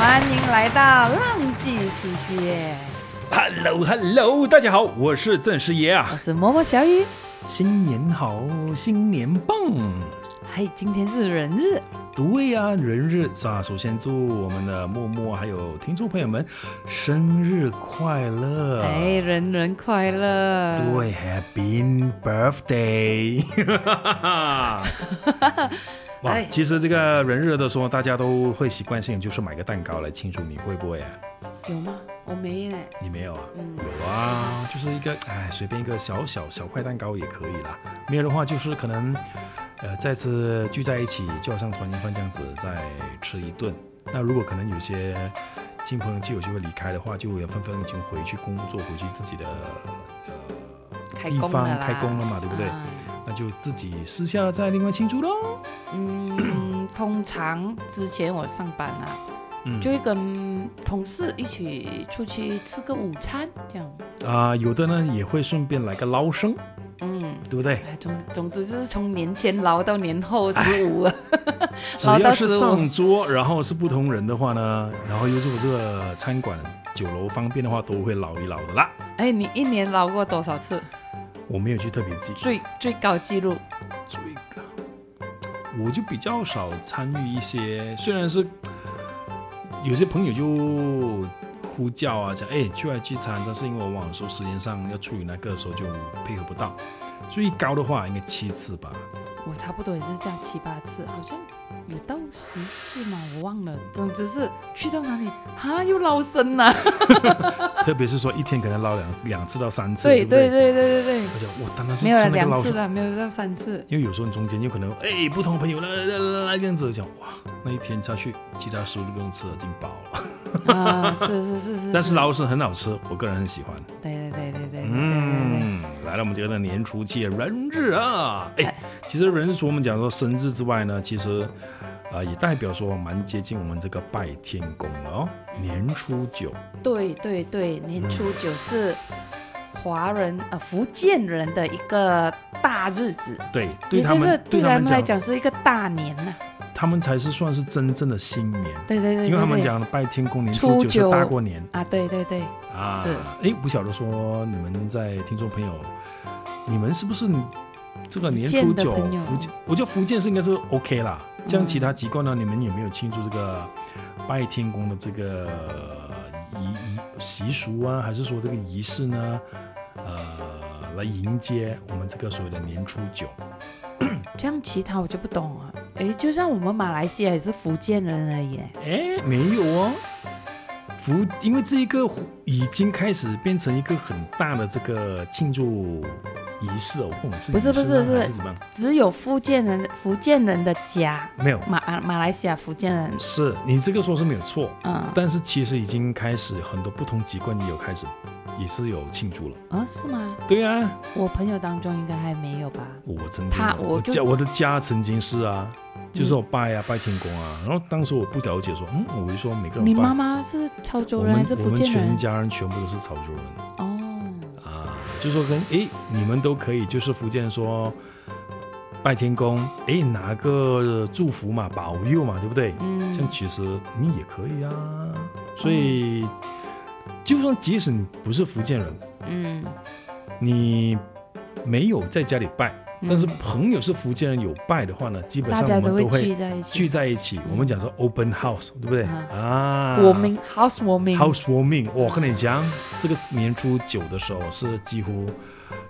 来到浪迹世界， Hello Hello，大家好，我是郑师爷我啊！是摸摸小雨。新年好，新年棒！嘿，哎今天是人日，对呀、人日是啊，首先祝我们的默默还有听众朋友们生日快乐！哎，人人快乐。啊对，Happy Birthday！哇 哎，其实这个人日的时候，大家都会习惯性就是买个蛋糕来庆祝，你会不会啊？有吗？我没耶。你没有啊？嗯有啊，就是一个哎，随便一个小小小块蛋糕也可以啦。没有的话，就是可能呃再次聚在一起，就好像团圆饭这样子，再吃一顿。那如果可能有些亲朋戚友就会离开的话，就也纷纷已经回去工作，回去自己的呃开地工了方啦，开工了嘛，对不对？啊那就自己私下再另外庆祝喽。嗯，通常之前我上班啊，嗯就会跟同事一起出去吃个午餐，这样。啊、有的呢也会顺便来个捞生，嗯，对不对？哎，总总之就是从年前捞到年后十五 了。只要是上桌，然后是不同人的话呢，然后又是我这个餐馆酒楼方便的话，都会捞一捞的啦。哎，你一年捞过多少次？我没有去特别记最最高记录？这个，我就比较少参与一些，虽然是有些朋友就呼叫啊，讲哎去来聚餐，但是因为我网说时间上要处理那个时候就配合不到。最高的话应该七次吧，我差不多也是这样七八次，好像有到十次嘛，我忘了。总之是去到哪里哈又捞生了、特别是说一天可能捞两两次到三次，对不对对对对对，而且我单单是没有吃了那个两捞次了，没有到三次。因为有时候你中间有可能，哎，不同朋友来来来来来这样子讲，哇，那一天下去，其他食物都不用吃了，已经饱了。啊，是是是是，但是老是很好吃，我个人很喜欢。对对对对对对对对嗯，来到我们今天的年初七人日啊，哎，其实人日除我们讲说生日之外呢，其实啊、呃也代表说蛮接近我们这个拜天公了哦，年初九。对对对，年初九是华人呃福建人的一个大日子，对，对也他就们是对他他们们来讲，讲是一个大年呐、他们才是算是真正的新年，对对对对对，因为他们讲拜天公年初初九是九大过年。啊，对对对，啊是，哎，不晓得说你们在听众朋友，你们是不是这个年初福建的九朋友福建？我觉得福建是应该是 OK 啦。这样嗯其他机构呢，你们有没有庆祝这个拜天公的这个呃仪仪习俗啊？还是说这个仪式呢？呃，来迎接我们这个所谓的年初九。这样其他我就不懂了。诶，就像我们马来西亚也是福建人而已耶，哎，没有哦。福，因为这一个已经开始变成一个很大的这个庆祝仪式哦，不管是不是仪式呢不是还是是怎么样？只有福建人福建人的家，没有，马啊马来西亚福建人，是你这个说是没有错，嗯，但是其实已经开始很多不同籍贯也有开始，也是有庆祝了。哦，是吗？对啊，我朋友当中应该还没有吧？我曾经他我我就嗯家我的家曾经是啊，就是我拜啊、拜天公啊，然后当时我不了解说，嗯，我就说每个人你拜妈妈是潮州我人还们是我福们建全人？家人全部都是潮州人。哦，啊，就说跟诶，你们都可以，就是福建说拜天公，诶，拿个祝福嘛，保佑嘛，对不对？啊这样嗯，其实你也可以啊。所以，就算即使你不是福建人，嗯，你没有在家里拜，但是嗯朋友是福建人有拜的话呢，基本大上家我都们都会聚会在一起。聚在一起。我们讲说 open house，对不对？啊，嗯我们 housewarming housewarming，我跟你讲，这个年初九的时候是几乎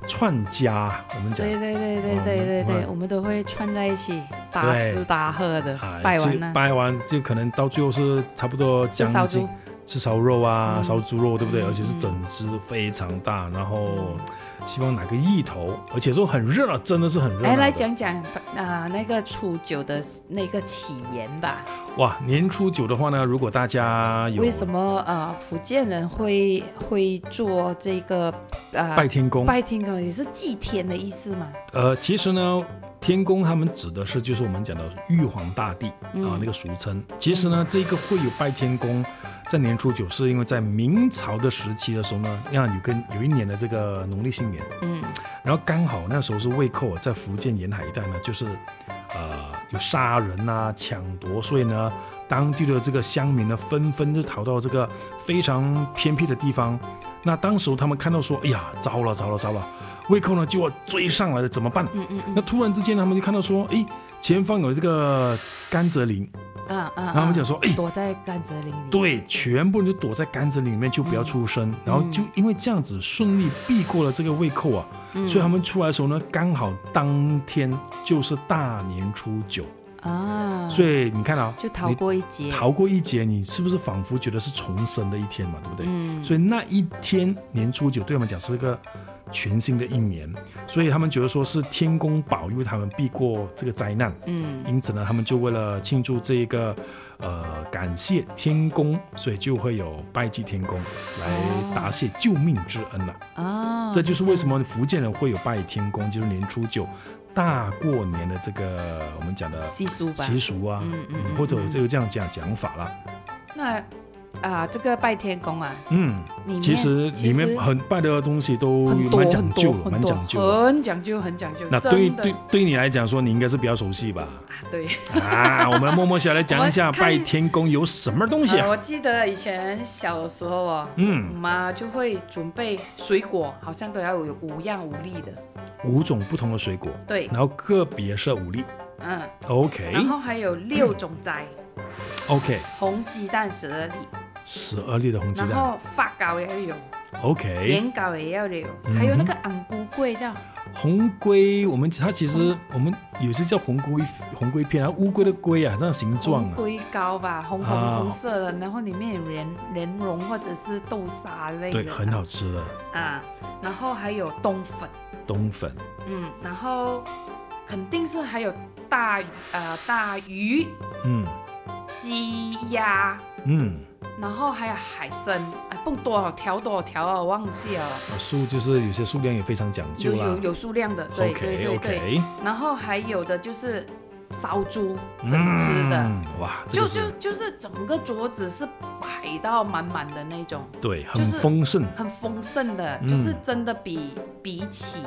串家，我们讲对对对对对对对，我们都会串在一起，大对吃大喝的啊，，拜就完了，拜完就可能到最后是差不多吃将烧近猪，吃烧肉啊，嗯烧猪肉对不对？嗯而且是整只非常大，然后希望拿个意头，而且说很热闹，真的是很热闹哎，的。来讲讲啊、那个初九的那个起源吧。哇，年初九的话呢，如果大家有为什么呃福建人会会做这个呃拜天公，拜天公也是祭天的意思嘛？呃，其实呢，天公他们指的是就是我们讲的玉皇大帝啊、嗯那个俗称。其实呢，这个会有拜天公，在年初九，是因为在明朝的时期的时候呢，那有跟有一年的这个农历新年，嗯然后刚好那时候是胃口在福建沿海一带呢，就是呃有杀人啊、抢夺，所以呢，当地的这个乡民呢，纷纷就逃到这个非常偏僻的地方。那当时候他们看到说，哎呀，糟了糟了糟了，胃口呢就要追上来了，怎么办？嗯嗯那突然之间呢，他们就看到说，哎，前方有这个甘蔗林，嗯啊啊，然后他们就讲说，哎，躲在甘蔗林里，对，全部人就躲在甘蔗林里面，就不要出嗯声。然后就因为这样子顺利避过了这个胃口啊，嗯，所以他们出来的时候呢，刚好当天就是大年初九，啊，所以你看啊，就逃你过一劫，逃过一劫，你是不是仿佛觉得是重生的一天嘛？对不对？嗯，所以那一天年初九对他们讲是一个全新的一年，所以他们觉得说是天公保佑他们避过这个灾难。嗯因此呢，他们就为了庆祝这一个，呃，感谢天公，所以就会有拜祭天公来答谢救命之恩了。啊，这就是为什么福建人会有拜天公，就是年初九大过年的这个我们讲的习俗吧，习俗啊，嗯嗯嗯或者我嗯这个这样讲讲法啦。那啊，这个拜天公啊，嗯，里面其实里面其实很拜的东西都很多蛮讲很究多的，很蛮多讲究的。很讲究，很讲究。那真对的对对你来讲说，你应该是比较熟悉吧？啊， 对，啊，我们默默下来讲一 下我看拜天公有什么东西呃啊？我记得以前小的时候啊，嗯我。妈就会准备水果，好像都要有五样五粒的，五种不同的水果，对，然后个别是五粒。嗯， OK 然后还有六种斋， OK，红鸡蛋十二粒，十二粒的红鸡然蛋。后发糕也要有， OK，年糕也要有，嗯哼还有那个昂菇桂叫红龟，我们它其实我们有些叫红龟红龟片啊，乌龟的龟啊，这样形状红啊。龟糕吧，红啊红红色的，然后里面有莲莲蓉或者是豆沙类的，对，很好吃的啊，然后还有冬粉。冬粉。嗯，然后肯定是还有大呃大鱼、嗯鸡、鸭，嗯，然后还有海参，哎，蹦多少条多少条啊，忘记了，数就是有些数量也非常讲有究有啦。有数量的，对对 OK 对对。 OK，然后还有的就是烧猪，整只的，嗯哇，这就个是就就是整个桌子是摆到满满的那种，对，很就是丰盛。很丰盛的，嗯就是真的比比起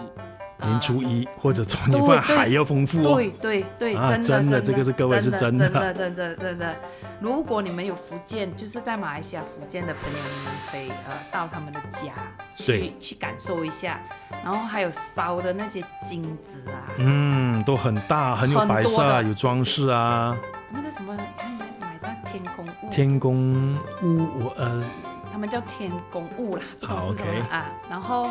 呃年初一或者团年哦对饭对还要丰富哦。对对对，啊真的真的的，这个是各位是真真真的的真的真的。如果你们有福建，就是在马来西亚福建的朋友，你们可以呃到他们的家对去去感受一下，然后还有烧的那些金子啊，嗯，都很大，很有很白多色啊，的有装饰啊。那个什么，他们买到天宫物，天宫屋，我呃，他们叫天宫物啦，不好懂是什么，OK 啊然后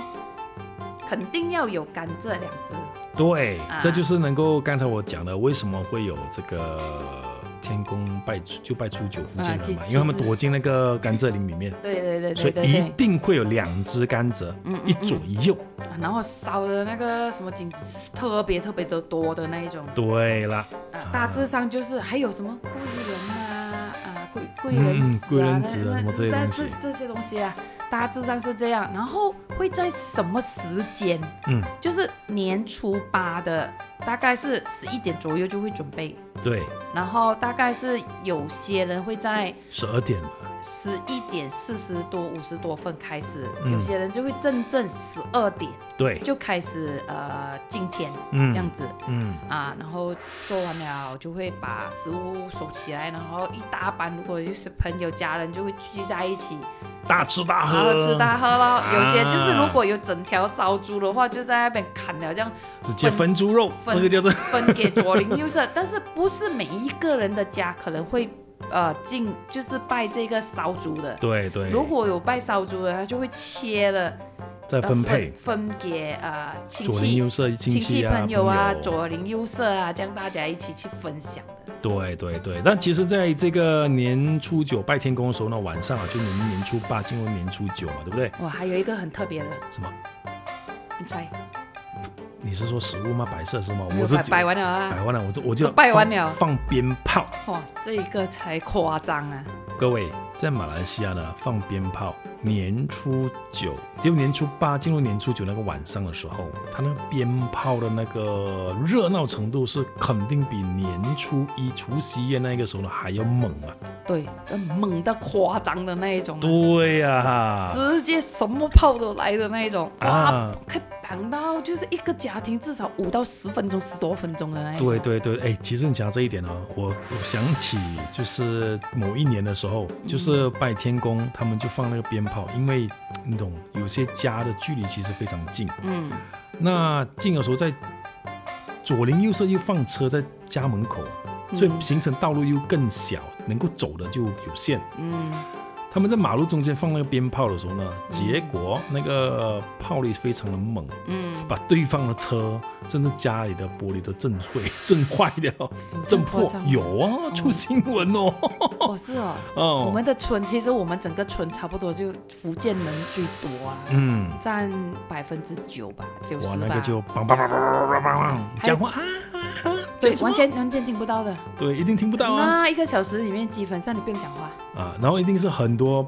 肯定要有甘蔗两只，对，啊这就是能够刚才我讲的，为什么会有这个天宫拜初就拜初九福建啊人其嘛，因为他们其实躲进那个甘蔗林里面，对对对所对以对一对。定会有两只甘蔗，嗯一左一右。然后烧的那个什么金子是特别特别的多的那一种，对啦，啊，大致上就是还有什么桂圆啊，啊桂桂嗯圆嗯子桂啊，圆那子啊那什么这些那东西这这些东西啊，大致上是这样。然后会在什么时间？嗯，就是年初八的，大概是十一点左右就会准备，对，然后大概是有些人会在十二点吧，十一点四十多、五十多分开始，嗯有些人就会真正十二点对，就开始呃敬天这样嗯子。嗯，啊，然后做完了就会把食物收起来，然后一大班，如果就是朋友家人就会聚在一起，大吃大然喝，后吃大喝咯。有些就是啊如果有整条烧猪的话，就在那边砍了，这样直接分猪肉，分这个叫做。分给左邻右舍。但是不是每一个人的家可能会呃进就是拜这个烧猪的对对，如果有拜烧猪的，他就会切了再呃分配分分给呃亲左邻右戚、舍亲戚啊朋友啊、左邻右舍啊，这样大家一起去分享的。对对对，但其实在这个年初九拜天公的时候呢，晚上啊就年年初八进入年初九嘛，对不对？哇，还有一个很特别的，什么？你猜？你是说食物吗？摆设是吗？没我有是摆摆完了啊！摆完了，我就我就都摆完了放放鞭炮。哇，这一个才夸张啊！各位在马来西亚呢，放鞭炮，年初九就年初八进入年初九那个晚上的时候，它那个鞭炮的那个热闹程度是肯定比年初一除夕夜那个时候呢还要猛啊！对，呃猛到夸张的那一种啊、对呀、直接什么炮都来的那一种，哇，啊开、长到就是一个家庭至少五到十分钟、十多分钟的那一种。对对对，哎，其实你讲到这一点哦，我我想起就是某一年的时候，就是拜天公，他们就放那个鞭炮，因为你懂，有些家的距离其实非常近，嗯，那近的时候在左邻右舍又放车在家门口，所以嗯形成道路又更小，能够走的就有限。嗯他们在马路中间放那个鞭炮的时候呢，结果那个炮力非常的猛，嗯，把对方的车甚至家里的玻璃都震毁、 震坏掉、震破这。样有啊，出新闻哦。哦是哦，哦，我们的村其实我们整个村差不多就福建人最多啊，嗯，占百分之九吧，九哇，十那吧个，就梆梆梆梆梆梆梆梆，讲话啊啊啊，对讲，什么完全完全听不到的。对，一定听不到啊。那一个小时里面，基本上你不用讲话，啊，然后一定是很多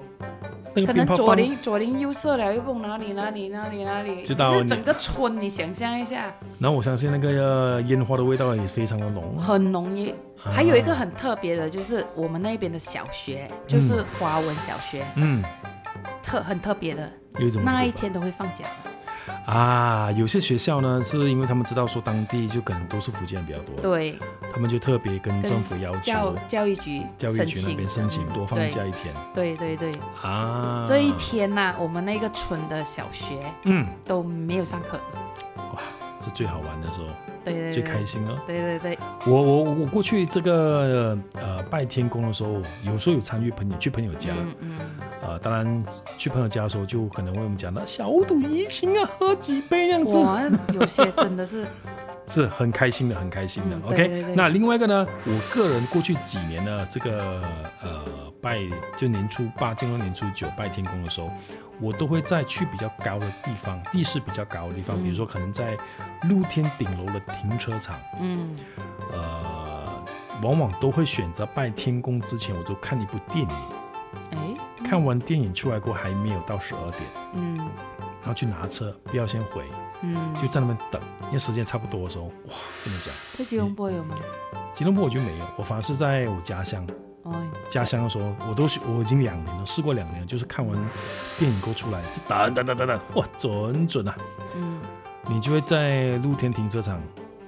那个嗯可鞭能炮左放，邻左邻右舍了，又蹦哪里哪里哪里哪里，知道就是你整个村，你想象一下，然后我相信那个呃烟花的味道也非常的浓啊。很浓郁。还有一个很特别的，就是我们那边的小学，就是华文小学，嗯，特很特别的，有一种那一天都会放假的。啊，有些学校呢，是因为他们知道说当地就可能都是福建人比较多，对，他们就特别跟政府要教求教育局教育申局请那边申请多放对假一天对对对，啊。这一天呐、我们那个村的小学嗯，都没有上课的。哇，是最好玩的时候，对对对，最开心哦了。对对对，我我我过去这个呃拜天公的时候，有时候有参与朋友去朋友家，嗯嗯，啊，当然去朋友家的时候，就可能为我们讲到小赌怡情啊，喝几杯这样子，哇，有些真的 是，是很开心的，很开心的。嗯 OK，对对对那另外一个呢，我个人过去几年呢，这个呃拜就年初八进入年初九拜天公的时候，我都会在去比较高的地方，地势比较高的地方，嗯比如说可能在露天顶楼的停车场，嗯呃，往往都会选择拜天公之前，我就看一部电影，哎，看完电影出来过后还没有到十二点。嗯然后去拿车，不要先回，嗯，就在那边等，因为时间差不多的时候，哇，跟你讲，在吉隆坡有吗？吉隆坡我就没有，我反而是在我家乡，哦，家乡的时候，我都是我已经两年了，试过两年了，就是看完电影过出来，就等等等等等，哇，准准啊！嗯你就会在露天停车场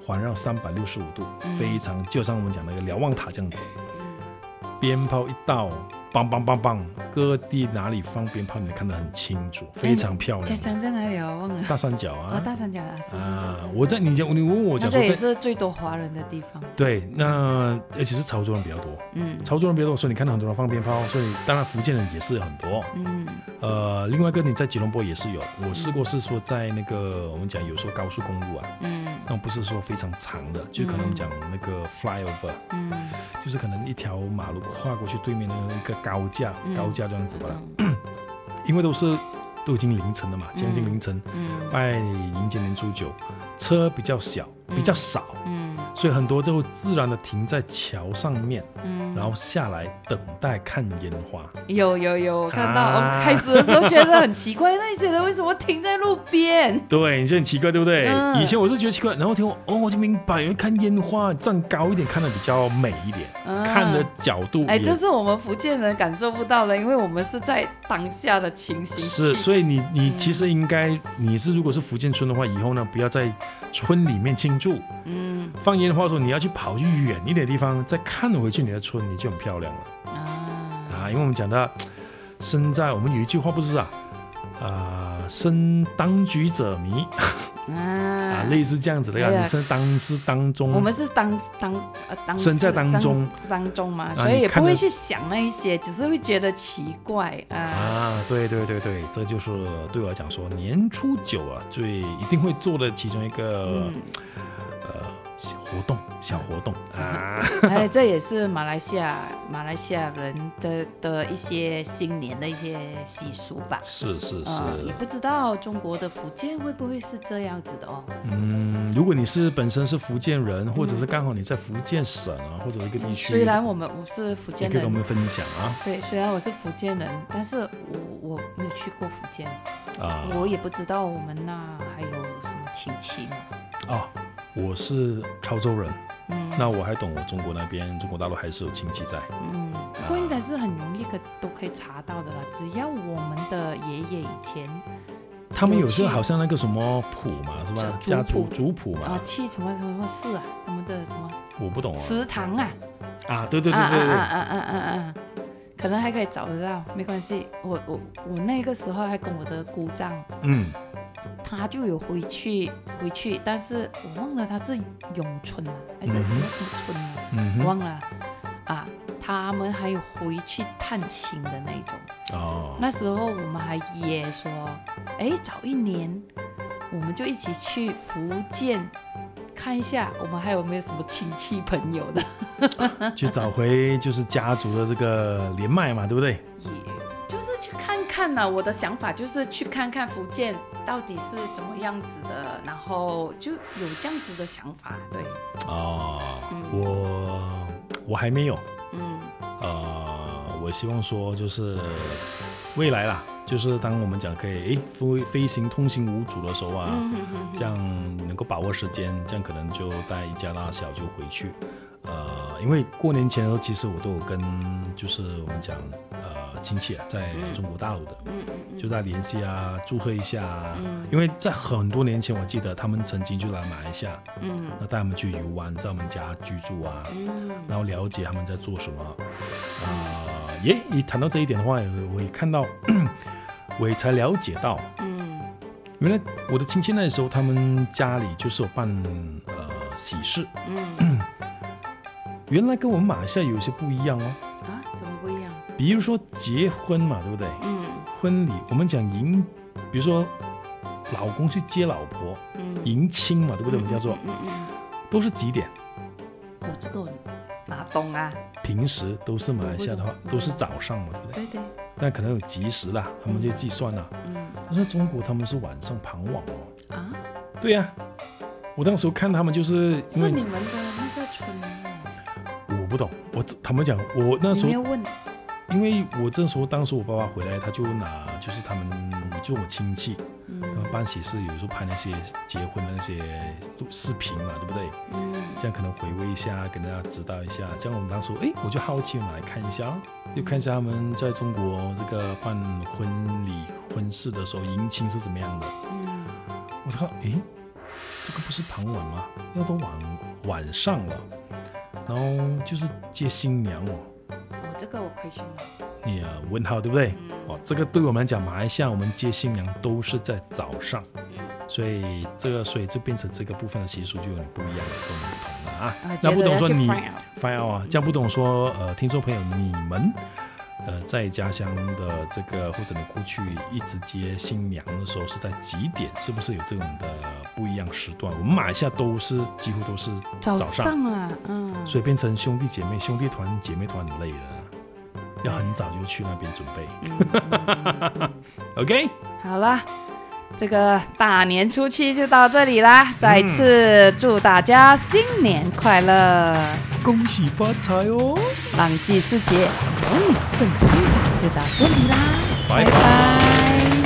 环绕三百六十五度，嗯非常就像我们讲那个瞭望塔这样子，嗯鞭炮一到。梆梆梆梆！各地哪里放鞭炮，你看得很清楚，非常漂家亮。乡在哪里啊？忘了。大三角哦，啊，大三角啊，是是啊，是我在你讲，你问我是，那讲个说也在是最多华人的地方。对，那而且是潮州人比较多，嗯潮州人比较多，所以你看到很多人放鞭炮，所以当然福建人也是很多。嗯呃，另外一个你在吉隆坡也是有，我试过是说在那个我们讲有时候高速公路啊，嗯那种不是说非常长的，就可能我们讲那个 flyover，、嗯就是可能一条马路跨过去对面的一个高架，嗯高架这样子吧，嗯因为都是都已经凌晨了嘛，将近嗯凌晨，嗯拜迎接年初九，车比较小，比较少。嗯所以很多就自然的停在桥上面，嗯，然后下来等待看烟花。有有有，我看到，啊我开始的时候觉得很奇怪，那些人为什么停在路边？对，你觉得很奇怪，对不对？嗯以前我是觉得奇怪，然后听我哦，我就明白，因为看烟花站高一点，看的比较美一点，嗯看的角度也、哎，这是我们福建人感受不到的，因为我们是在当下的情形 是，去所以你你嗯其实应该，你是如果是福建村的话，以后呢，不要在村里面庆祝嗯放烟花的时候，你要去跑去远一点的地方，再看回去你的村，你就很漂亮了。啊，啊，因为我们讲的身在，我们有一句话不是啊，啊、身当局者迷啊，啊，类似这样子的呀、哎呀你身当是当中，我们是当当呃当身在时当中当中嘛，啊所以你也看不会得去想那一些，只是会觉得奇怪啊。啊，对对对对，这就是对我来讲说年初九啊，最一定会做的其中一个、嗯，呃小活动，小活动 啊，哎，这也是马来西亚马来西亚人的的一些新年的一些习俗吧。是是是，呃，也不知道中国的福建会不会是这样子的哦。嗯，如果你是本身是福建人，或者是刚好你在福建省啊，或者一个地区，虽然我们我是福也建可以跟人，我们分享啊对，虽然我是福建人，但是我我没有去过福建，啊，我也不知道我们那还有什么亲戚嘛。啊，我是潮州人，嗯那我还懂我中国那边中国大陆还是有亲戚在。嗯，啊不过应该是很容易可都可以查到的啦。只要我们的爷爷以前他们有时候有趣好像那个什么谱嘛，是吧？族家族谱族谱啊嘛，，去什么什么寺啊，他们的什么我不懂啊。祠堂啊，啊，对对啊对对啊对，啊啊啊啊！可能还可以找得到，没关系。我我我那个时候还跟我的姑丈，嗯，他就有回去回去，但是我忘了他是永春啊，还是什嗯哼么什么春啊，嗯我哼，忘了啊。他们还有回去探亲的那种。哦，那时候我们还也说，哎，早一年我们就一起去福建看一下，我们还有没有什么亲戚朋友的，去找回就是家族的这个连脉嘛，对不对？也就是去看看呢、我的想法就是去看看福建到底是怎么样子的，然后就有这样子的想法，对，哦，嗯我我还没有，嗯呃，我希望说就是未来啦，就是当我们讲可以诶飞飞行通行无阻的时候啊，嗯哼哼哼这样能够把握时间，这样可能就带一家大小就回去。呃，因为过年前的时候，其实我都有跟就是我们讲呃亲戚啊，在嗯中国大陆的，嗯嗯嗯就在联系啊，祝贺一下、啊。嗯因为在很多年前，我记得他们曾经就来马来西亚，嗯那带他们去游玩，在我们家居住啊，嗯然后了解他们在做什么。啊、也一谈到这一点的话，也我也看到， 我也才了解到，嗯原来我的亲戚那时候他们家里就是有办呃喜事，嗯 原来跟我们马来西亚有一些不一样哦。啊，怎么不一样？比如说结婚嘛，对不对？嗯婚礼我们讲迎，比如说老公去接老婆，嗯，迎亲嘛，对不对？我们叫做嗯嗯嗯都是几点？我哦这个我哪懂啊？平时都是马来西亚的话我不懂都是早上嘛，对不对？对对，但可能有及时啦，他们就计算啦。嗯但是中国他们是晚上盘网哦。啊，对呀、我当时看他们就是因是为你们的那个村啊，我不懂，我他们讲我那时你候没有问因为我这时候，当时我爸爸回来，他就拿就是他们就我亲戚，嗯他们办喜事，有时候拍那些结婚的那些录视频嘛，对不对？嗯这样可能回味一下，跟大家指导一下。这样我们当时哎，我就好奇，我们来看一下哦，就看一下他们在中国这个办婚礼婚事的时候迎亲是怎么样的。嗯我就看，诶，这个不是傍晚吗？要都晚晚上了，然后就是接新娘哦。我这个我亏心了，你啊问号对不对？嗯哦，这个对我们来讲，马来西亚我们接新娘都是在早上，嗯所以这个所以就变成这个部分的习俗就有点不一样了，跟我们不同了啊。啊，那不觉得懂要说去你 find out 翻奥啊，这样不懂说呃，听众朋友你们呃在家乡的这个或者你过去一直接新娘的时候是在几点？是不是有这种的不一样时段？我们马来西亚都是几乎都是早上，上啊，嗯，所以变成兄弟姐妹、兄弟团、姐妹团很累了，要很早就去那边准备。嗯嗯嗯嗯 OK，好啦，这个大年初七就到这里啦，再次祝大家新年快乐，恭喜发财哦！浪哦迹世界，嗯，更精彩就到这里啦，拜拜拜